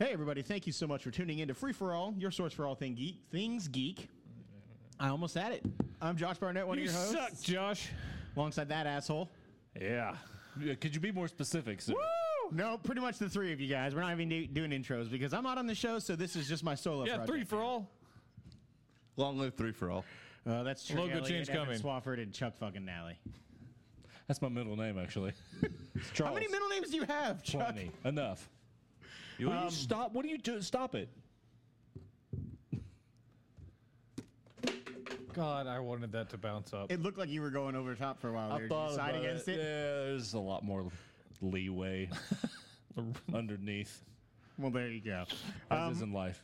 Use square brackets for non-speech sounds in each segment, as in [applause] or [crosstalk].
Hey, everybody, thank you so much for tuning in to Free For All, your source for all thing geek, things geek. I almost had it. I'm Josh Barnett, one You of your hosts. suck, Josh. Alongside that asshole. Yeah. Yeah, Could you be more specific? sir? No, pretty much the three of you guys. We're not even do- doing intros because I'm not on the show, so this is just my solo Yeah, project. three for all. Long live three for all. Uh, that's true. Logo change coming. Swafford and Chuck fucking Nally. That's my middle name, actually. It's Charles. How many middle names do you have, Chuck? Plenty. [laughs] Enough. You, will you stop. What are you doing? Stop it. God, I wanted that to bounce up. It looked like you were going over the top for a while. there. Did you side about against it. Yeah, there's a lot more [laughs] leeway underneath. Well, there you go. As Um, is in life.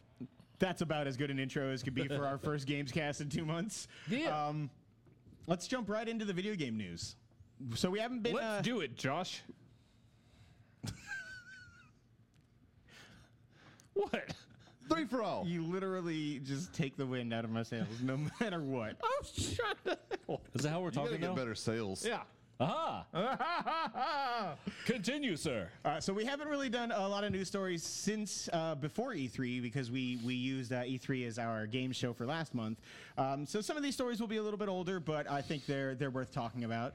That's about as good an intro as could be [laughs] for our first games cast in two months. Yeah. Um, let's jump right into the video game news. So we haven't been. Let's uh, do it, Josh. what? Three for all. you literally just take the wind out of my sails, no [laughs] matter what. Oh, shut up. Is that how we're You gotta talking get now? better sales. Yeah. Aha. Uh-huh. Continue, sir. Uh, so we haven't really done a lot of news stories since uh, before E3 because we we used uh, E3 as our game show for last month. Um, so some of these stories will be a little bit older, but I think they're they're worth talking about.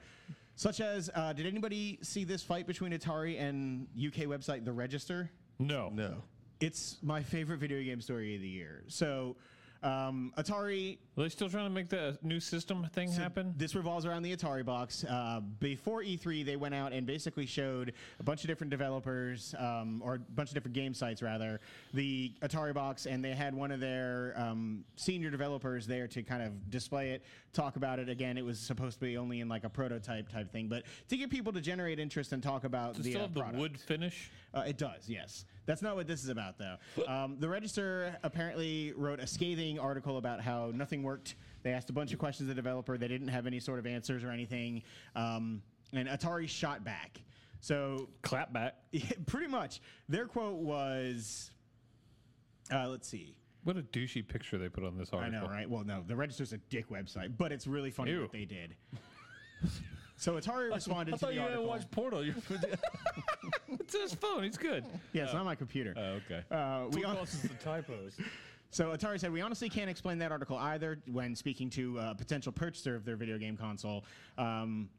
Such as, uh, did anybody see this fight between Atari and UK website The Register? No. No. It's my favorite video game story of the year. So. Um, Atari Are they still trying to make the new system thing happen? This revolves around the Atari box. Uh, before E3, they went out and basically showed a bunch of different developers, um, or a bunch of different game sites rather, the Atari box, and they had one of their um, senior developers there to kind of display it, talk about it. Again, it was supposed to be only in like a prototype type thing, but to get people to generate interest and talk about Does it the still uh, have the product. wood finish? Uh, it does, yes. That's not what this is about, though. Um, the Register apparently wrote a scathing article about how nothing worked. They asked a bunch of questions to the developer. They didn't have any sort of answers or anything. Um, and Atari shot back. So, [laughs] Clap back. pretty much, their quote was uh, let's see. What a douchey picture they put on this I article. know, right? Well, no, the Register's a dick website, but it's really funny Ew. what they did. [laughs] So Atari responded I to thought the you had article. watched porno. [laughs] You- [laughs] It's his phone. He's good. yeah, it's not my computer. oh, okay. Uh, we all- causes the typos? So Atari said, we honestly can't explain that article either when speaking to a potential purchaser of their video game console. Um,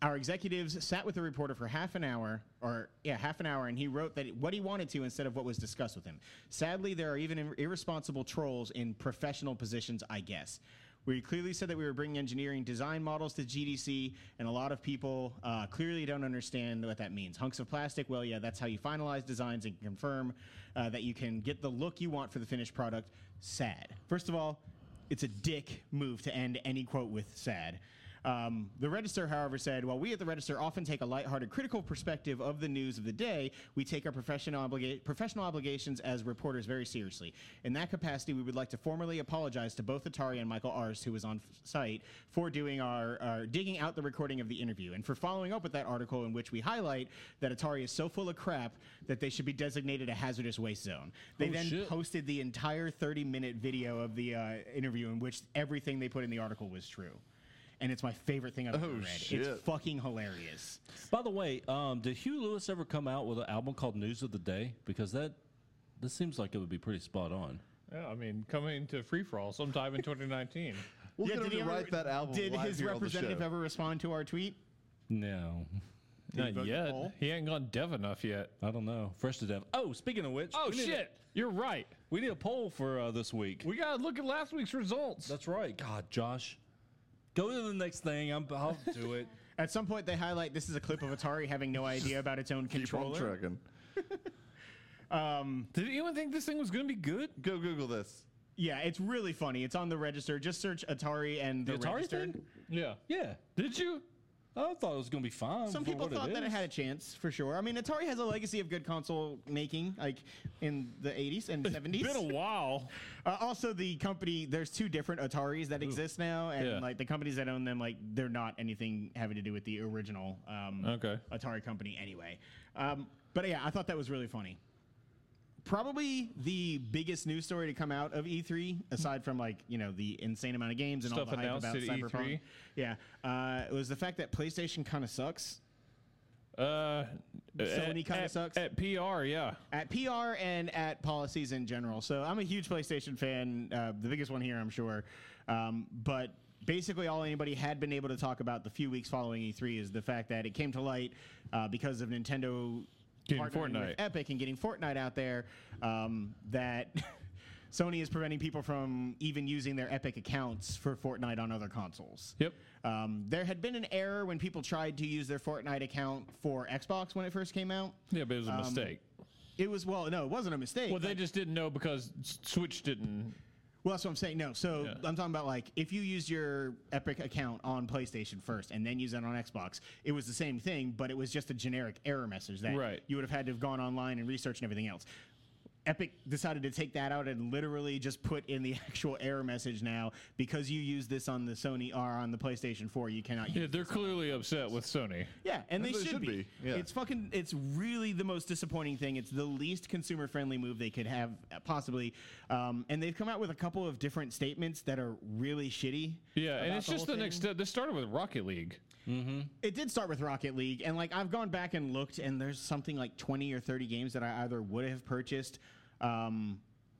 our executives sat with the reporter for half an hour, or yeah, half an hour, and he wrote that what he wanted to instead of what was discussed with him. Sadly, there are even ir- irresponsible trolls in professional positions, I guess. We clearly said that we were bringing engineering design models to GDC, and a lot of people uh, clearly don't understand what that means. Hunks of plastic, well, yeah, that's how you finalize designs and confirm uh, that you can get the look you want for the finished product. Sad. First of all, it's a dick move to end any quote with sad. Um, the Register, however, said, while we at the Register often take a lighthearted, critical perspective of the news of the day, we take our professional, obliga- professional obligations as reporters very seriously. In that capacity, we would like to formally apologize to both Atari and Michael Arst, who was on f- site, for doing our, our digging out the recording of the interview and for following up with that article in which we highlight that Atari is so full of crap that they should be designated a hazardous waste zone. They Oh, then shit. posted the entire 30 minute video of the uh, interview in which everything they put in the article was true. And it's my favorite thing I've ever Oh, read. shit. It's fucking hilarious. By the way, um, did Hugh Lewis ever come out with an album called News of the Day? Because that this seems like it would be pretty spot on. Yeah, I mean, coming to free for all sometime in [laughs] 2019. We'll get him to write that album. Did live his here on the representative show. ever respond to our tweet? No, Not yet. poll? He ain't gone dev enough yet. I don't know. Fresh to death. Oh, speaking of which, Oh we need a- shit! You're right. we need a poll for uh, this week. We gotta look at last week's results. That's right. God, Josh, go to the next thing. I'm, I'll do it. At some point, they highlight this is a clip of Atari having no idea about its own Keep on controller. trucking. Did anyone think this thing was gonna be good? Go Google this. Yeah, it's really funny. It's on the register. Just search Atari and the, [laughs] The Atari register. thing? Yeah. Yeah, Did you? I thought it was gonna be fine. Some for people what thought that it is. had a chance for sure. I mean, Atari has a legacy of good console making, like in the 80s and 70s. Been [laughs] a while. Uh, also, the company there's two different Ataris that exist now, and Yeah. like the companies that own them, like they're not anything having to do with the original um, Okay. Atari company anyway. Um, but yeah, I thought that was really funny. Probably the biggest news story to come out of E3, aside from like you know the insane amount of games and all Stuff the hype announced about at E E3. Cyberpunk. Yeah, uh, was the fact that PlayStation kind of sucks. Uh, Sony kind of at, sucks. At PR, yeah. at PR and at policies in general. So I'm a huge PlayStation fan, uh, the biggest one here, I'm sure. Um, but basically, all anybody had been able to talk about the few weeks following E3 is the fact that it came to light uh, because of Nintendo Getting partnering Fortnite. with Epic and getting Fortnite out there um, that. [laughs] Sony is preventing people from even using their Epic accounts for Fortnite on other consoles. Yep. Um, there had been an error when people tried to use their Fortnite account for Xbox when it first came out. Yeah, but it was a mistake. Um, It was well, no, it wasn't a mistake. Well, they just didn't know because S- Switch didn't. Well, that's what I'm saying. No, so Yeah. I'm talking about like if you used your Epic account on PlayStation first and then use it on Xbox, it was the same thing, but it was just a generic error message that Right. you would have had to have gone online and researched and everything else. Epic decided to take that out and literally just put in the [laughs] actual error message now because you use this on the Sony or on the PlayStation 4, you cannot use Yeah, they're clearly upset with Sony. yeah, and they That's should, what it should be. be, yeah. It's fucking. It's really the most disappointing thing. It's the least consumer friendly move they could have uh, possibly. Um, and they've come out with a couple of different statements that are really shitty. Yeah, and about it's just the whole next thing. step. This started with Rocket League. It did start with Rocket League, and like I've gone back and looked, and there's something like 20 or 30 games that I either would have purchased. Um,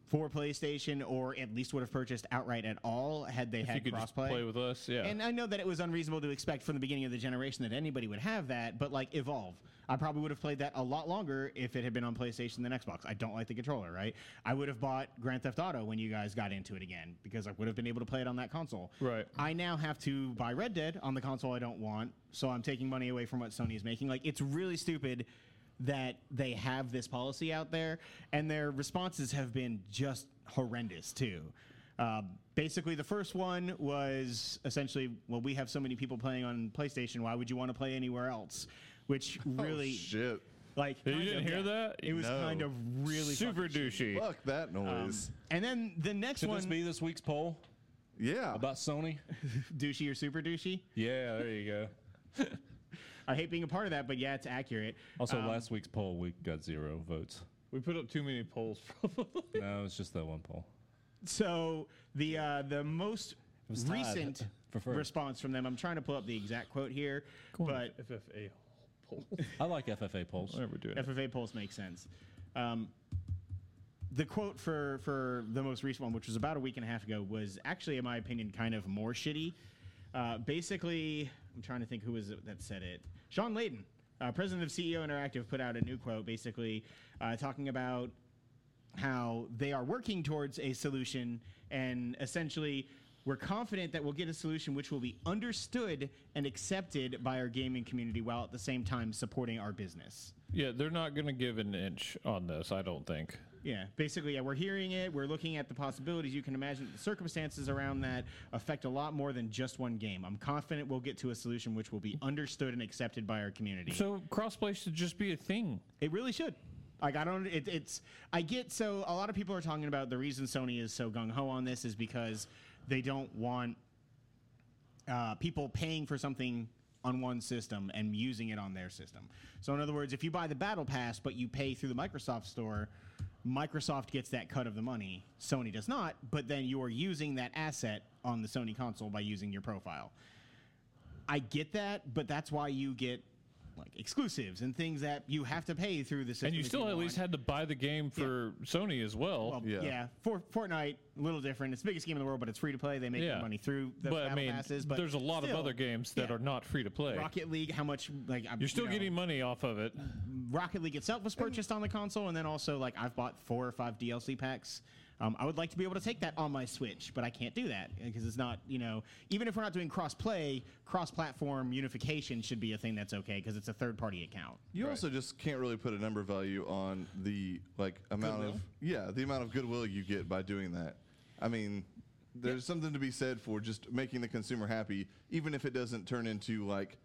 for PlayStation, or at least would have purchased outright at all had they If you had could crossplay. just play with us, yeah. And I know that it was unreasonable to expect from the beginning of the generation that anybody would have that, but like Evolve, I probably would have played that a lot longer if it had been on PlayStation than Xbox. I don't like the controller, right? I would have bought Grand Theft Auto when you guys got into it again because I would have been able to play it on that console. Right. I now have to buy Red Dead on the console I don't want, so I'm taking money away from what Sony is making. Like it's really stupid that they have this policy out there, and their responses have been just horrendous too. Uh, basically, the first one was essentially, well, we have so many people playing on PlayStation. Why would you want to play anywhere else? Which really, Oh, shit. like, You kind didn't of- hear that? It was No. kind of really Super fucking shitty. douchey. Fuck that Um, noise. And then the next Should one, this be this week's poll yeah. about Sony? douchey or super douchey? Yeah, there you go. I hate being a part of that, but yeah, it's accurate. Also, Um, last week's poll, we got zero votes. We put up too many polls. Probably. No, it's just that one poll. So the uh, the most was tied recent for first. response from them. I'm trying to pull up the exact quote here, but FFA poll. I like FFA polls. Whatever we're doing. it. FFA polls make sense. Um, the quote for for the most recent one, which was about a week and a half ago, was actually, in my opinion, kind of more shitty. Uh, basically, I'm trying to think who was it that said it. Sean Layden, uh, president of CEO Interactive, put out a new quote, basically uh, talking about how they are working towards a solution and essentially we're confident that we'll get a solution which will be understood and accepted by our gaming community while at the same time supporting our business. yeah, they're not going to give an inch on this, I don't think. Yeah, basically, yeah, we're hearing it. We're looking at the possibilities. You can imagine the circumstances around that affect a lot more than just one game. I'm confident we'll get to a solution which will be understood and accepted by our community. So crossplay should just be a thing. It really should. Like I don't. It, it's. I get. So a lot of people are talking about the reason Sony is so gung ho on this is because they don't want uh, people paying for something on one system and using it on their system. So in other words, if you buy the Battle Pass but you pay through the Microsoft Store, Microsoft gets that cut of the money. Sony does not. But then you are using that asset on the Sony console by using your profile. I get that, but that's why you get like exclusives and things that you have to pay through the system. And you if still at want. least had to buy the game for Sony as well. Well, yeah. Yeah. For Fortnite, a little different. It's the biggest game in the world, but it's free to play. They make yeah. their money through the but battle I mean, passes. But there's a lot of still, other games that yeah. are not free to play. Rocket League. How much? Like I'm- You're still you know, getting money off of it. Rocket League itself was purchased on the console, and then also like I've bought four or five DLC packs. Um, I would like to be able to take that on my Switch, but I can't do that because it's not you know even if we're not doing cross play, cross platform unification should be a thing that's okay because it's a third party account. You also just can't really put a number value on the like amount of yeah the amount of goodwill you get by doing that. I mean, there's something to be said for just making the consumer happy, even if it doesn't turn into like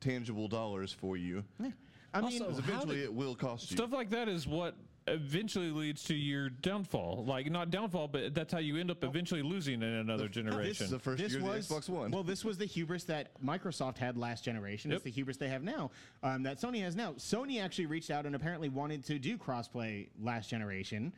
tangible dollars for you. I mean, Also, 'Cause How eventually, it will cost you. Stuff like that is what eventually leads to your downfall. Like not downfall, but that's how you end Oh. up eventually losing in another this generation. is the first year of the Xbox One. Well, this was the hubris that Microsoft had last generation. It's Yep. the hubris they have now um, that Sony has now. Sony actually reached out and apparently wanted to do crossplay last generation,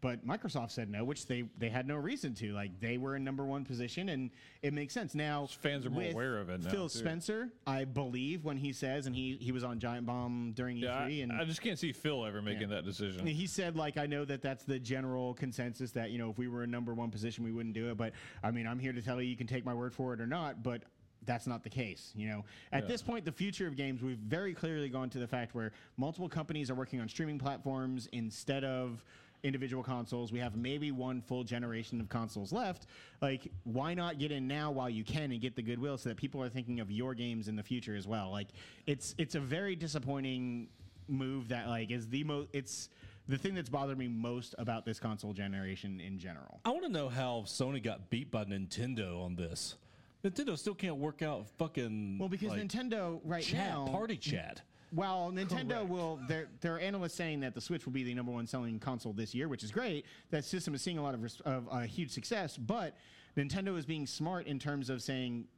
But Microsoft said no, which they they had no reason to. Like they were in number one position, and it makes sense now. Fans are more with aware of it now, Phil too. Spencer, I believe when he says, and he he was on Giant Bomb during Yeah, I, E3, and I just can't see Phil ever making that decision. and he said, like, I know that that's the general consensus that, you know, if we were in number one position, we wouldn't do it. But I mean, I'm here to tell you, you can take my word for it or not. But that's not the case. You know, at this point, the future of games, we've very clearly gone to the fact where multiple companies are working on streaming platforms instead of individual consoles. We have maybe one full generation of consoles left. Like, why not get in now while you can and get the goodwill so that people are thinking of your games in the future as well? Like, it's it's a very disappointing move that like is the most. It's the thing that's bothered me most about this console generation in general. I want to know how Sony got beat by Nintendo on this. Nintendo still can't work out fucking Well, because like, Nintendo right chat now party chat. Well, Nintendo will. There, there are analysts saying that the Switch will be the number one selling console this year, which is great. That system is seeing a lot of, res- of uh, huge success, but Nintendo is being smart in terms of saying,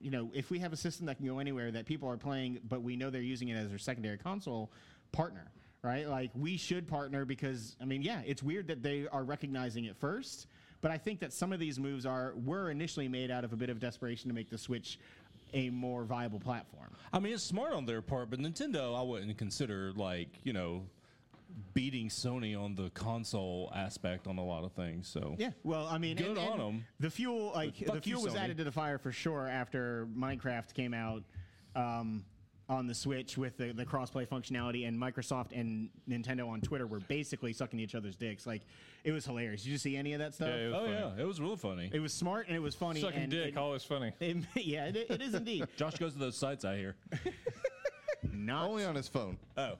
you know, if we have a system that can go anywhere that people are playing, but we know they're using it as their secondary console, partner, right? Like we should partner because I mean, yeah, it's weird that they are recognizing it first, but I think that some of these moves are were initially made out of a bit of desperation to make the Switch a more viable platform. I mean, it's smart on their part, but Nintendo, I wouldn't consider like you know beating Sony on the console aspect on a lot of things. So Yeah. Well, I mean, Good and- and on 'em. The fuel, like fuck the fuel, you, was Sony. added to the fire for sure after Minecraft came out um, on the Switch with the, the crossplay functionality, and Microsoft and Nintendo on Twitter were basically sucking each other's dicks. Like, it was hilarious. Did you see any of that stuff? Yeah, it was oh funny. yeah, it was real funny. It was smart and it was funny. Sucking and dick, It, always funny. [laughs] it- yeah, it, it is indeed. Josh goes to those sites. I hear. Not Only on his phone. Oh,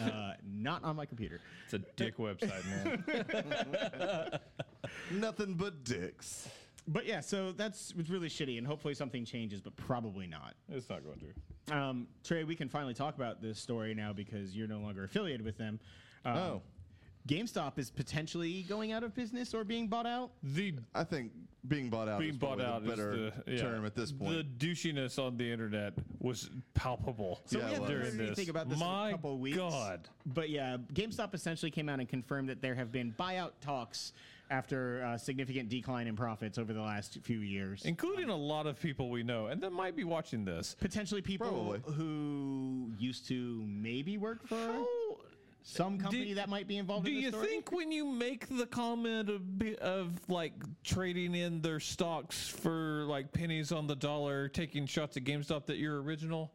uh, not on my computer. It's a dick website, [laughs] man. Nothing but dicks. But yeah, so that's it's really shitty, and hopefully something changes, but probably not. it's not going to. Um, Trey, we can finally talk about this story now because you're no longer affiliated with them. Um, Oh. GameStop is potentially going out of business or being bought out. The I think being bought out being is bought probably out the better is the yeah. term at this point. The douchiness on the internet was palpable. So we Yeah, it haven't was. during heard this. anything about this in a My couple of weeks. God, But yeah, GameStop essentially came out and confirmed that there have been buyout talks after a significant decline in profits over the last few years. including a lot of people we know, and that might be watching this. potentially people Probably. who used to maybe work for some company that might be involved Do in the you story. think when you make the comment of, be- of like trading in their stocks for like pennies on the dollar, taking shots at GameStop, that you're original?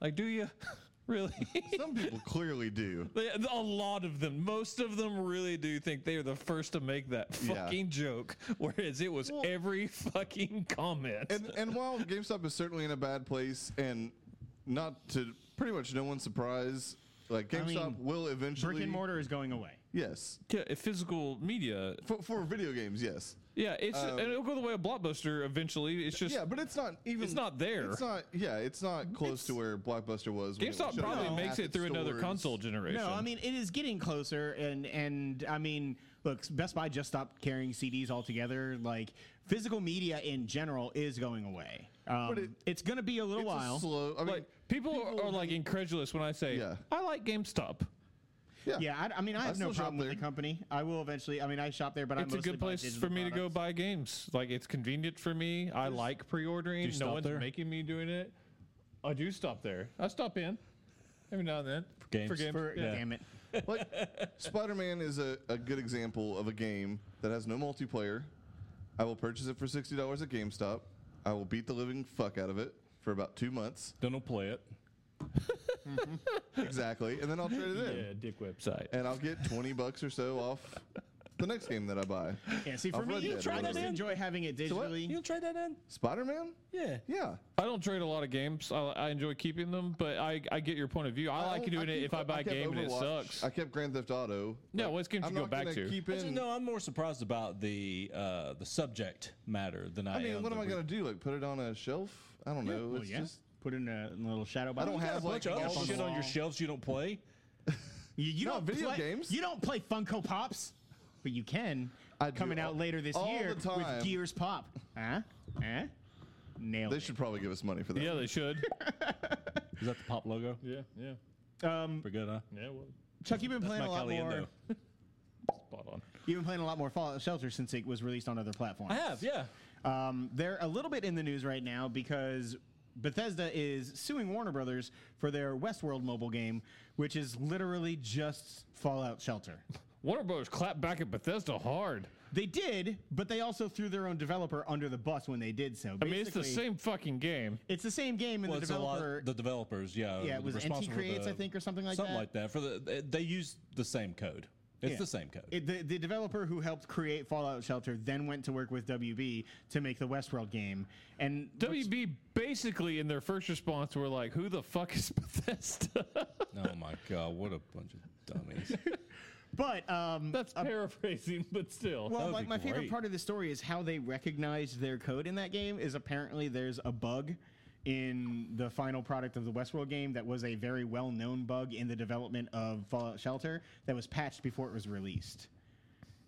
Like, do you [laughs] really? Some [laughs] people clearly do. They- A lot of them, most of them really do think they are the first to make that Yeah. fucking joke, [laughs] whereas it was every fucking comment. And and while GameStop is certainly in a bad place, and not to pretty much no one's surprise, like I GameStop mean, will eventually brick and mortar is going away? Yes, Yeah, uh, physical media. for, for video games, yes. Yeah, it's and it'll go the way of Blockbuster eventually. It's just Um, yeah, but it's not even. it's not there. It's not. Yeah, it's not close to where Blockbuster was. when it was GameStop shut probably down makes half it its through another stores. console generation. No, I mean it is getting closer, and and I mean, look, Best Buy just stopped carrying CDs altogether. Like physical media in general is going away. Um, But it- it's going to be a little It's a while. slow. I mean, like people, are, are, like incredulous when I say Yeah. I like GameStop. yeah. yeah, I, I mean, I have no still shop problem with there. the company. I will eventually. I mean, I shop there, but I It's a mostly good buy place digital for me to go products. buy games. Like it's convenient for me. I like Do pre-ordering. you No stop one's there? making me doing it. I do stop there. I stop in every now and then for games. For games. For, yeah. Damn it! like Spider-Man is a, a good example of a game that has no multiplayer. I will purchase it for sixty dollars at GameStop. I will beat the living fuck out of it for about two [laughs] months then I'll play it. exactly, and then I'll trade it in, Yeah, dick website. and I'll get twenty bucks or so off the next game that I buy. Yeah, see, for I've me, read you that try already. to enjoy having it what? digitally. You trade that in? Spider-Man? Yeah. Yeah, I don't trade a lot of games. I, I enjoy keeping them, but I, I get your point of view. I, like don't- doing it keep- if I buy a kept game and it Overwatch. sucks. I kept Grand Theft Auto. No, Like, what's games I'm you go not back gonna to? Keep Actually, in. no, I'm more surprised about the uh, the subject matter than I, I mean, am what the am I re- gonna do? Like, put it on a shelf? I don't know. Well, it's yeah. just Put in a little shadow box. I don't You have got a bunch like of Other other all the shit on your shelves you don't play. You, you No, don't video play, games. You don't play Funko Pops, but you can. I do coming all- out later this all year the time. with Gears Pop. Huh? Huh? Nailed They it. should probably give us money for that. yeah, they should. Is that the pop logo? yeah, yeah, Um, Pretty good, huh? yeah. Well, Chuck, you've been That's playing my a lot more. Caliendo. spot on. You've been playing a lot more Fallout Shelter since it was released on other platforms. I have, yeah. Um, they're a little bit in the news right now because Bethesda is suing Warner Brothers for their Westworld mobile game, which is literally just Fallout Shelter. Warner Bros. clapped back at Bethesda hard. They did, but they also threw their own developer under the bus when they did so. I mean, it's the same fucking game. It's the same game, and Well, the it's a lot- developer. the developers, yeah. yeah, were it was NT responsible for Creates, the- I think, or something like something that. like that. For the they- they use the same code. It's Yeah. the same code. It, the, the developer who helped create Fallout Shelter then went to work with WB to make the Westworld game, and WB basically in their first response were like, "Who the fuck is [laughs] Bethesda?" oh my god, what a bunch of [laughs] dummies! but um, That's paraphrasing, but still. Well, would like be my favorite great. part of the story is how they recognized their code in that game. Is apparently there's a bug in the final product of the Westworld game that was a very well-known bug in the development of Fallout Shelter that was patched before it was released.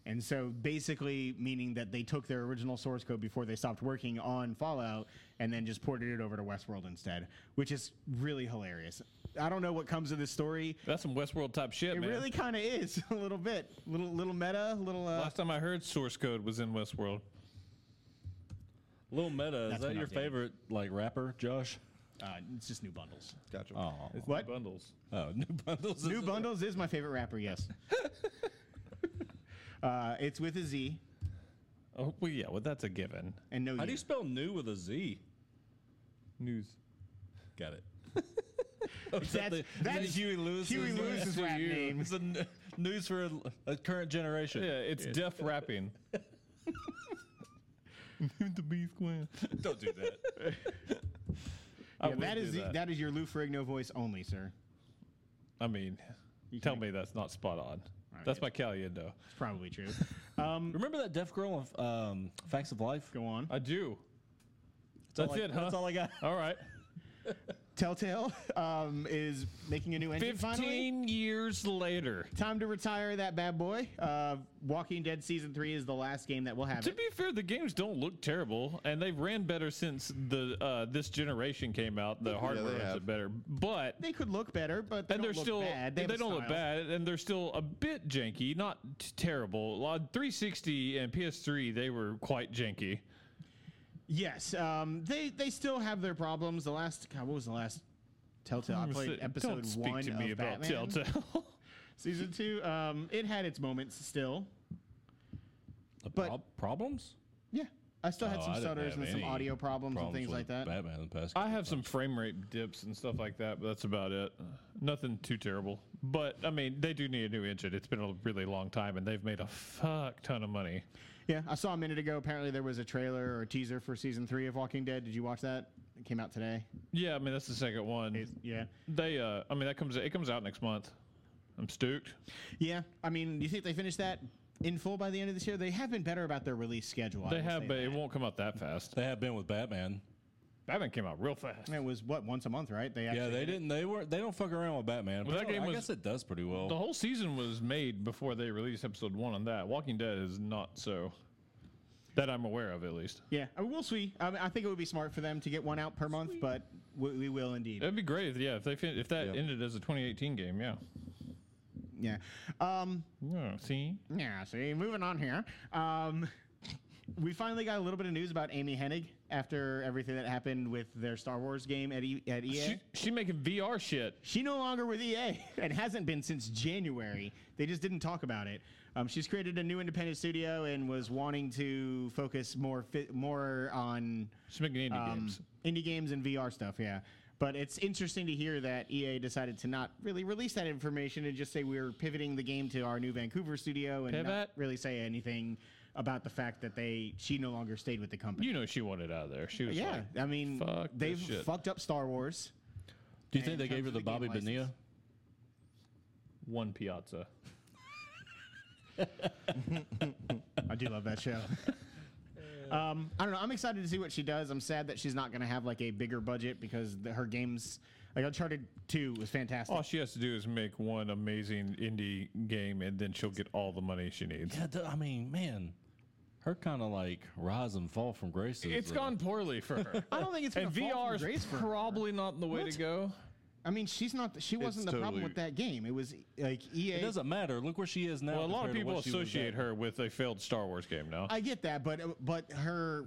And so basically meaning that they took their original source code before they stopped working on Fallout and then just ported it over to Westworld instead, which is really hilarious. I don't know what comes of this story. That's some Westworld type shit, It man. really kind of is [laughs] a little bit, little little meta, little uh, Last time I heard source code was in Westworld. Little Meta, That's is that been your updated. favorite like rapper, Josh? uh, it's just new bundles. Gotcha. Oh, What? Bundles. oh, [laughs] new bundles. New is- Bundles is my favorite rapper, yes. [laughs] uh, it's with a Z Oh well, yeah. Well, that's a given. and no How do U. you spell new with a Z? News. Got [laughs] it. Oh, That's- is that the- is that that's- Huey Lewis. Huey Lewis's rap name. It's a n- news for a, a current generation. Yeah, it's deaf rapping. [laughs] the B square. Don't do that. Yeah, that would is do the- that is your Lou Ferrigno voice only, sir. I mean, tell me that's not spot on. right, that's it's- my Caliendo. It's probably [laughs] true. Um, Remember that deaf girl of um, Facts of Life? go on. I do. That's, all I- it, huh? That's all I got. all right. Telltale um, is making a new engine finally. Fifteen years later. Time to retire that bad boy. Uh, Walking Dead season three is the last game that will have To it. be fair, the games don't look terrible, and they've ran better since the uh, this generation came out. The hardware runs have. it better, but They could look better, but they and don't they're look still bad. they, have a don't look style. bad, and they're still a bit janky, not t- terrible. On 360 and PS3, they were quite janky. Yes, um, they they still have their problems. The last God, what was the last Telltale? I played Don't episode speak one to me of about Batman. Telltale. [laughs] Season two, um, it had its moments still. The But- prob- problems? Yeah, I still had Oh, some I didn't stutters have and some any audio problems, and things with like that. Batman in the past. I have some frame rate dips and stuff like that, but that's about it. Nothing too terrible. But I mean, they do need a new engine. It's been a really long time, and they've made a fuck ton of money. Yeah, I saw a minute ago. Apparently, there was a trailer or a teaser for season three of Walking Dead. Did you watch that? It came out today. Yeah, I mean that's the second one. It- yeah, They, uh, I mean, that comes it comes out next month. I'm stoked. yeah. I mean, do you think they finised that in full by the end of this year? They have been better about their release schedule. I They will have, say but it that. won't come out that fast. They have been with Batman. Batman came out real fast. It was what once a month, right? They actually Yeah, they did it. didn't. They weren't. They don't fuck around with Batman. Well, But that game I was- guess it does pretty well. The whole season was made before they released episode one on that. Walking Dead is not so that I'm aware of, at least. Yeah, I mean, we'll see. I, mean, I think it would be smart for them to get one out per month, but we, we will indeed. That'd be great, if, yeah. If they fin- if that Yeah. ended as a 2018 game, yeah. Yeah. Um, Yeah. See, yeah. See, moving on here. Um, we finally got a little bit of news about Amy Hennig after everything that happened with their Star Wars game at, e- at EA. she, she making VR shit. She no longer with EA [laughs] and hasn't been since January. They just didn't talk about it. Um, she's created a new independent studio and was wanting to focus more fi- more on She's making indie um, games. indie games and VR stuff. Yeah, but it's interesting to hear that EA decided to not really release that information and just say we are pivoting the game to our new Vancouver studio and not Pivot. really say anything about the fact that they she no longer stayed with the company. You know she wanted out of there. She was yeah, like, I mean fuck this they've shit. fucked up Star Wars. Do you in think they terms gave her of the the game Bobby license. Bonilla? one piazza. I do love that [laughs] show. Um, I don't know. I'm excited to see what she does. I'm sad that she's not going to have like a bigger budget because the, her games, like Uncharted 2, was fantastic. All she has to do is make one amazing indie game, and then she'll get all the money she needs. Yeah, th- I mean, man, her kind of like rise and fall from grace. It's is, uh, gone poorly for her. I don't think it's gonna and fall from VR's grace for her. probably not the way What? to go. I mean, she's not. She wasn't the problem totally- with that game. It was like E EA. It doesn't matter. Look where she is now. Well, a lot of compared to people what she was associate at. her with a failed Star Wars game now. I get that, but but her,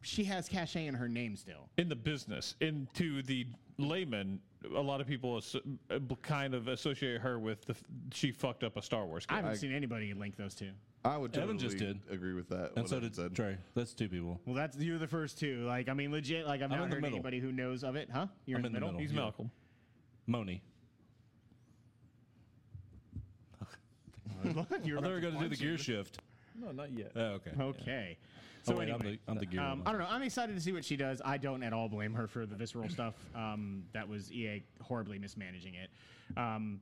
she has cachet in her name still. in the business, into the layman, a lot of people as- uh, kind of associate her with the f- she fucked up a Star Wars I game. haven't seen anybody link those two. I would totally Evan just did. agree with that. And what so Evan did said. Trey. That's two people. Well, that's you're the first two. Like, I mean, legit. Like, I've I'm not in the heard middle. anybody who knows of it. Huh? You're I'm in the middle. He's Yeah. Malcolm. Moni. Look, you're I thought we about to were going to do the punch gear shift. No, not yet. Oh, okay. him. Okay. So So Oh, wait, anyway, I'm the, I'm the gear. um, one. I don't know. I'm excited to see what she does. I don't at all blame her for the visceral stuff. Um, that was EA horribly mismanaging it. Um,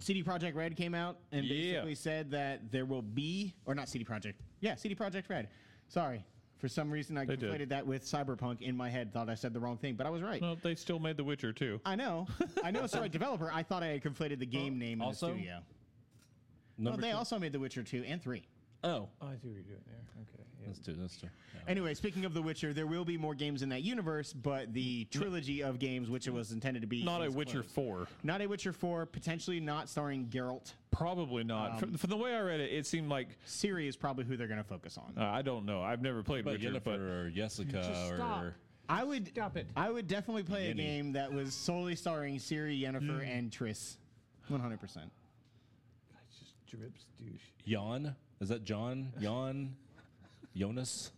CD Projekt Red came out and Yeah. basically said that there will be, or not CD Projekt, yeah, CD Projekt Red. Sorry, for some reason I They did. conflated that with Cyberpunk in my head. Thought I said the wrong thing, but I was right. No, they still made The Witcher too. I know, I know. Sorry, developer. I thought I had conflated the game name and the also, studio. Well, Number they two. also made The Witcher two and three. Oh, Oh, I see what you're doing there. Okay. that's two. That's two. Yeah. Anyway, speaking of The Witcher, there will be more games in that universe, but the trilogy of games, which it was intended to be, Not a is Witcher closed. four. Not a Witcher four. Potentially not starring Geralt. Probably not. from, from the way I read it, it seemed like Siri is probably who they're going to focus on. uh, I don't know. I've never played But Witcher, Jennifer but or Jessica Just or stop. I would. Stop it. I would definitely play a Yenny. game that was solely starring Siri, Yennefer, Mm. and Triss. One hundred percent. It just drips douche. Jan. Is that John? Jan? Jonas?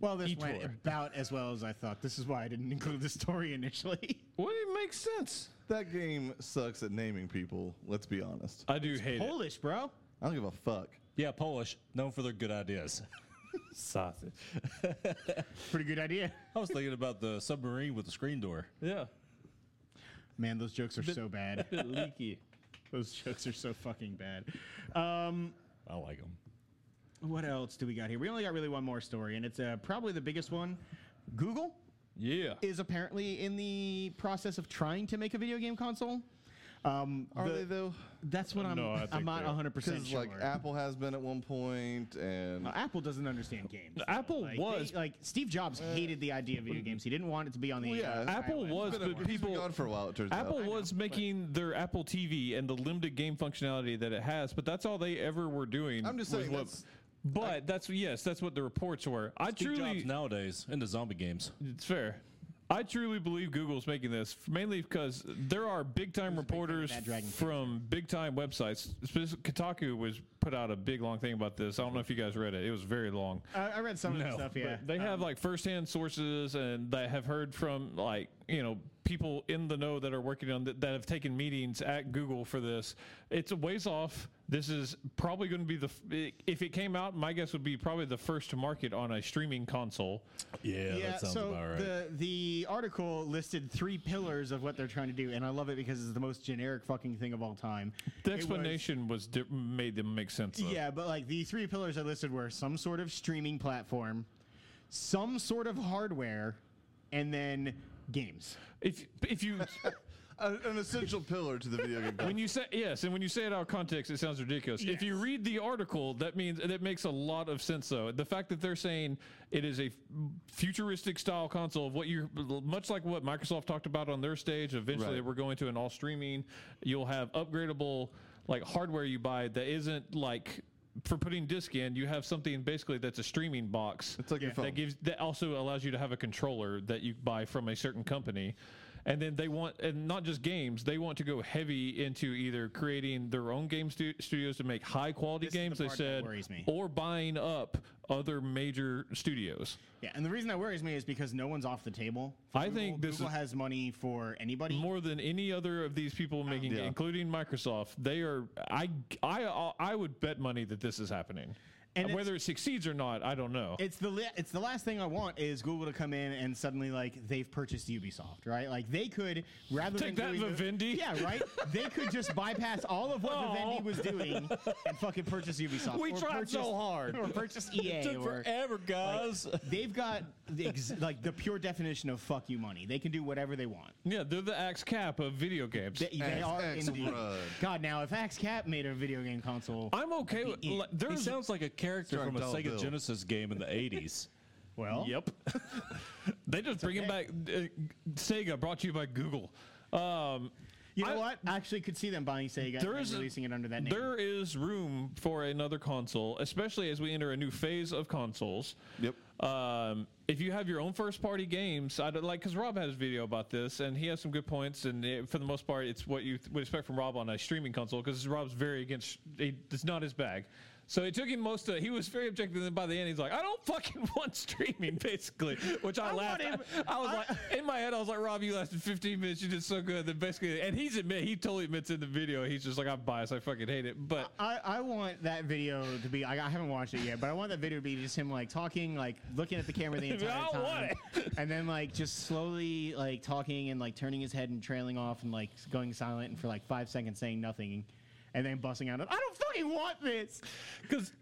Well, this went Etor. about as well as I thought. This is why I didn't [laughs] include the story initially. well, it makes sense. That game sucks at naming people. Let's be honest. I do hate it. Polish, bro. I don't give a fuck. Yeah, Polish, known for their good ideas. Sausage. Pretty good idea. I was thinking about the submarine with the screen door. Yeah. Man, those jokes are so bad. Bit [laughs] leaky. Those jokes are so fucking bad. Um, I like them. What else do we got here? We only got really one more story, and it's uh, probably the biggest one. Google Yeah. is apparently in the process of trying to make a video game console. Um, Are the- they though? That's what I'm. No, I I'm think not they are. 100 percent Because sure. like Apple has been at one point, and Uh, Apple doesn't understand games. though. Apple Like, was- they- like Steve Jobs hated the idea of video games. He didn't want it to be on the. Well, yeah, uh, Apple iOS. was, Been a- but he's been people gone for a while. It turns Apple out. was making their Apple TV and the limited game functionality that it has, but that's all they ever were doing. I'm just was saying what- that's- but that's yes, that's what the reports were. I Steve truly, Jobs nowadays into zombie games. it's fair. I truly believe Google's making this mainly because there are big time reporters Bad Dragon King? from big time websites. Spec- Kotaku was put out a big long thing about this. I don't know if you guys read it. It was very long. I, I read some of the stuff. Yeah, Um, But they have like firsthand sources and that have heard from like you know people in the know that are working on th- that have taken meetings at Google for this. It's a ways off. This is probably going to be the f- i- if it came out, my guess would be probably the first to market on a streaming console. Yeah, Yeah, that sounds so about right. the the article listed three pillars of what they're trying to do, and I love it because it's the most generic fucking thing of all time. It The was- explanation was, di- made them make sense. Though. yeah, but like the three pillars I listed were some sort of streaming platform, some sort of hardware, and then games. If if [laughs] you A- an essential pillar to the video game. [laughs] when you say yes, and when you say it out of context, it sounds ridiculous. If you read the article, that means that makes a lot of sense. Though the fact that they're saying it is a f- futuristic style console of what you are much like what Microsoft talked about on their stage. Eventually, Right. we're going to an all streaming. You'll have upgradable like hardware you buy that isn't like for putting disc in. You have something basically that's a streaming box. It's like your phone. That gives that also allows you to have a controller that you buy from a certain company. And then they want, and not just games, they want to go heavy into either creating their own game stu- studios to make high quality is the games, they part that said, worries me. or buying up other major studios. Yeah, and the reason that worries me is because no one's off the table. for I Google. think this Google is- has money for anybody. More than any other of these people making, Yeah. including Microsoft, they are, I, I, I would bet money that this is happening. And And it's- whether it succeeds or not, I don't know. It's the li- it's the last thing I want is Google to come in and suddenly like they've purchased Ubisoft, right? Like they could rather Take than that, doing the- Vivendi. yeah, right. they could just bypass all of what [laughs] Aw. Vivendi was doing and fucking purchase Ubisoft. We or tried so purchase- hard. or purchase EA. [laughs] took or, forever, guys. they've got the ex- like the pure definition of fuck you money. They can do whatever they want. yeah, they're the axe cap of video games. They, they Axe- are Axe indeed. Rudd. God, now if Axe Cap made a video game console, I'm okay with, in. like, he there's sounds like a character Sorry, from a Dollar Sega Bill. Genesis game in the 80s. Well, Yep. [laughs] they just bring it back. Uh, Sega brought to you by Google. Um, you know I- what? I actually could see them buying Sega There and is- releasing it under that name. there is room for another console, especially as we enter a new phase of consoles. Yep. Um, if you have your own first party games, I don't like because Rob had his video about this, and he has some good points. And it, for the most part, it's what you th- would expect from Rob on a streaming console because Rob's very against. He, it's not his bag. So it took him most of. He was very objective, and then by the end, he's like, "I don't fucking [laughs] want streaming," basically. Which I, I laughed. want him- I, I was like, in my head, I was like, "Rob, you lasted 15 minutes. You did so good." Then basically, and he's admit he totally admits in the video, he's just like, "I'm biased. I fucking hate it." But I, I want that video to be. I, I haven't watched it yet, but I want that video to be just him like talking, like looking at the camera [laughs] the entire I time, want [laughs] and then like just slowly like talking and like turning his head and trailing off and like going silent and for like five seconds saying nothing, and then busting out. I don't fucking want this. Because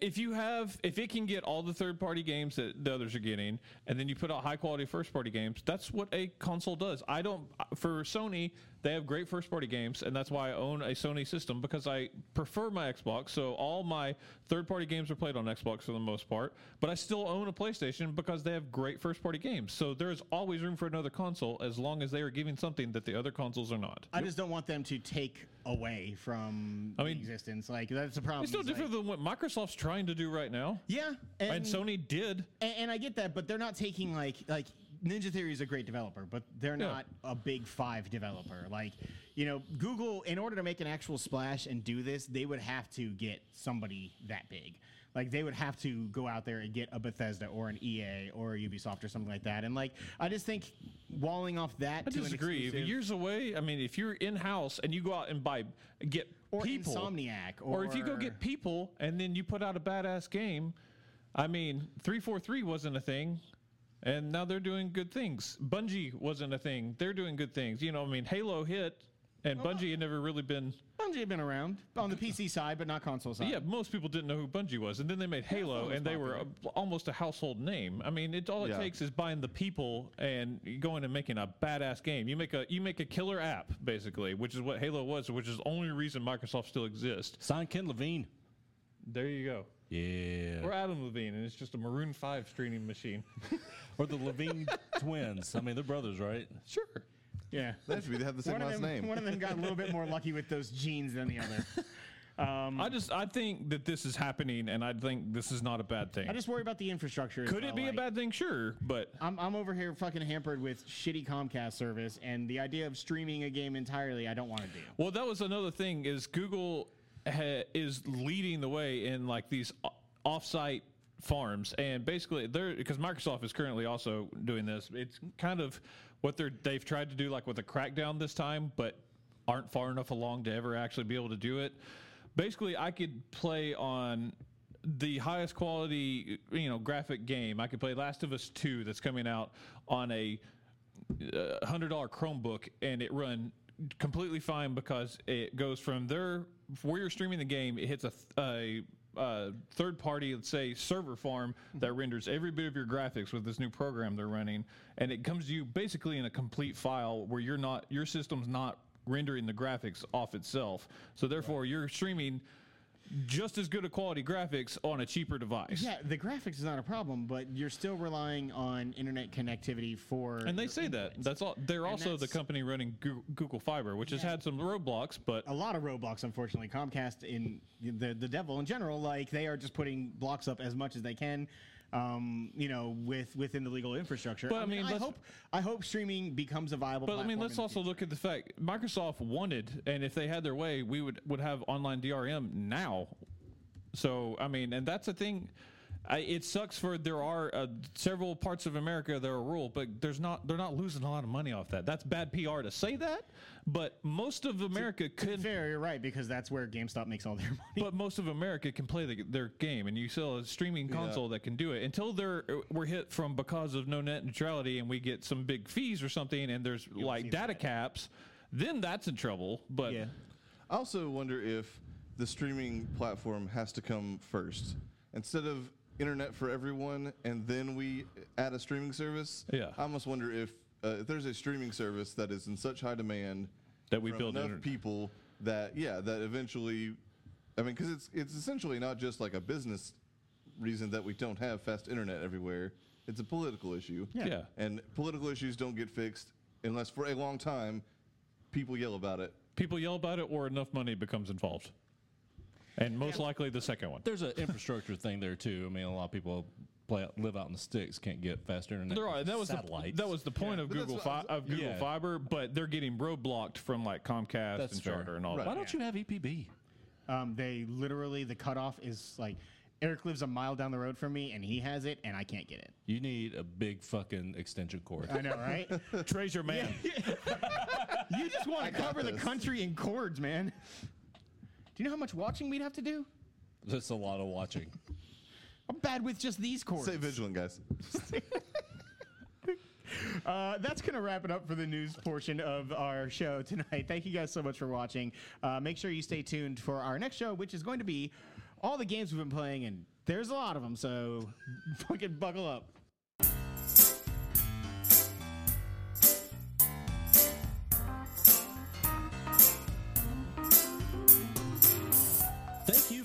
if you have, if it can get all the third party games that the others are getting, and then you put out high quality first party games, that's what a console does. I don't, uh, for Sony, they have great first party games, and that's why I own a Sony system because I prefer my Xbox. So all my third party games are played on Xbox for the most part, but I still own a PlayStation because they have great first party games. So there is always room for another console as long as they are giving something that the other consoles are not. I just don't want them to take away from I mean- the existence. Like that's the problem. It's no is, like- different than what Microsoft's trying to do right now. yeah, And Sony did. And, and I get that, but they're not taking like like Ninja Theory is a great developer, but they're Yeah. not a big five developer. Like, you know, Google, in order to make an actual splash and do this, they would have to get somebody that big. Like they would have to go out there and get a Bethesda or an EA or a Ubisoft or something like that. And like I just think walling off that I to disagree. an If exclusive years away, I mean, if you're in house and you go out and buy, get or people, Insomniac or, or, if you go get people and then you put out a badass game, I mean, three four three wasn't a thing, and now they're doing good things. Bungie wasn't a thing; they're doing good things. You know, I mean, Halo hit, Oh. and Bungie had never really been. Bungie have been around on the PC side, but not console side. Yeah, most people didn't know who Bungie was, and then they made Halo, and they were a, almost a household name. I mean, it all it Yeah. takes is buying the people and going and making a badass game. You make a you make a killer app basically, which is what Halo was, which is the only reason Microsoft still exists. Sign Ken Levine. There you go. Yeah. Or Adam Levine, and it's just a Maroon Five streaming machine. Or the Levine [laughs] twins. I mean, they're brothers, right? sure. yeah. That should be. They have the same one of last them, name. One of them got a little bit more lucky with those genes than [laughs] the other. Um, I just I think that this is happening, and I think this is not a bad thing. I just worry about the infrastructure. as Could well, it be like, a bad thing? Sure, but I'm, I'm over here fucking hampered with shitty Comcast service, and the idea of streaming a game entirely, I don't want to do. Well, that was another thing is Google ha- is leading the way in like these o- offsite farms, and basically they're because Microsoft is currently also doing this. It's kind of what they're they've tried to do like with a crackdown this time, but aren't far enough along to ever actually be able to do it. Basically, I could play on the highest quality, you know, graphic game. I could play Last of Us 2 that's coming out on a a hundred dollar Chromebook and it run completely fine because it goes from their where you're streaming the game, it hits a, th- a, uh third party, let's say server farm that renders every bit of your graphics with this new program they're running, and it comes to you basically in a complete file where you're not your system's not rendering the graphics off itself. So therefore, you're streaming just as good a quality graphics on a cheaper device. Yeah, the graphics is not a problem, but you're still relying on internet connectivity for. And they say that. That's all. They're also the that's- company running Goo- Google Fiber, which has had some roadblocks, but a lot of roadblocks, unfortunately. Comcast in the the devil in general, like they are just putting blocks up as much as they can, um, you know, with within the legal infrastructure. But, I mean, I let's- hope I hope streaming becomes a viable. But I mean, platform let's in the also look at the fact Microsoft wanted, and if they had their way, we would would have online DRM now. So I mean, and that's a thing. I, it sucks for there are uh, several parts of America that are rural, but there's not they're not losing a lot of money off that. That's bad PR to say that, but most of America To be could. fair, you're right because that's where GameStop makes all their [laughs] money. But most of America can play the, their game, and you sell a streaming console that can do it. Until they're we're hit from because of no net neutrality, and we get some big fees or something, and there's like data caps, then that's in trouble. But Yeah. I also wonder if the streaming platform has to come first instead of internet for everyone, and then we add a streaming service. Yeah. I almost wonder if, uh, if there's a streaming service that is in such high demand That we from build enough internet. people that yeah that eventually, I mean, because it's it's essentially not just like a business reason that we don't have fast internet everywhere. It's a political issue. Yeah. Yeah. And political issues don't get fixed unless for a long time people yell about it. People yell about it, or enough money becomes involved, and most likely the second one. There's an infrastructure thing there too. I mean, a lot of people play out, live out in the sticks, can't get fast internet. There are. because That was the satellites. that was the point of But that's Google what I fi- of Google Yeah. Fiber, but they're getting roadblocked from like Comcast That's and fair. Charter and all Why that. don't you have E EPB? Um, they literally the cutoff is like Eric lives a mile down the road from me and he has it and I can't get it. You need a big fucking extension cord. I know, right? [laughs] Trey's your man. you just want to cover the this. country in cords, man. Do you know how much watching we'd have to do? [laughs] That's a lot of watching. I'm bad with just these cords. Stay vigilant, guys. Uh, that's going to wrap it up for the news portion of our show tonight. Thank you guys so much for watching. Uh, make sure you stay tuned for our next show, which is going to be all the games we've been playing, and there's a lot of them, so [laughs] fucking buckle up. Thank you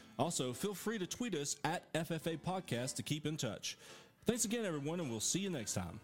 Also, feel free to tweet us at FFA Podcast to keep in touch. Thanks again, everyone, and we'll see you next time.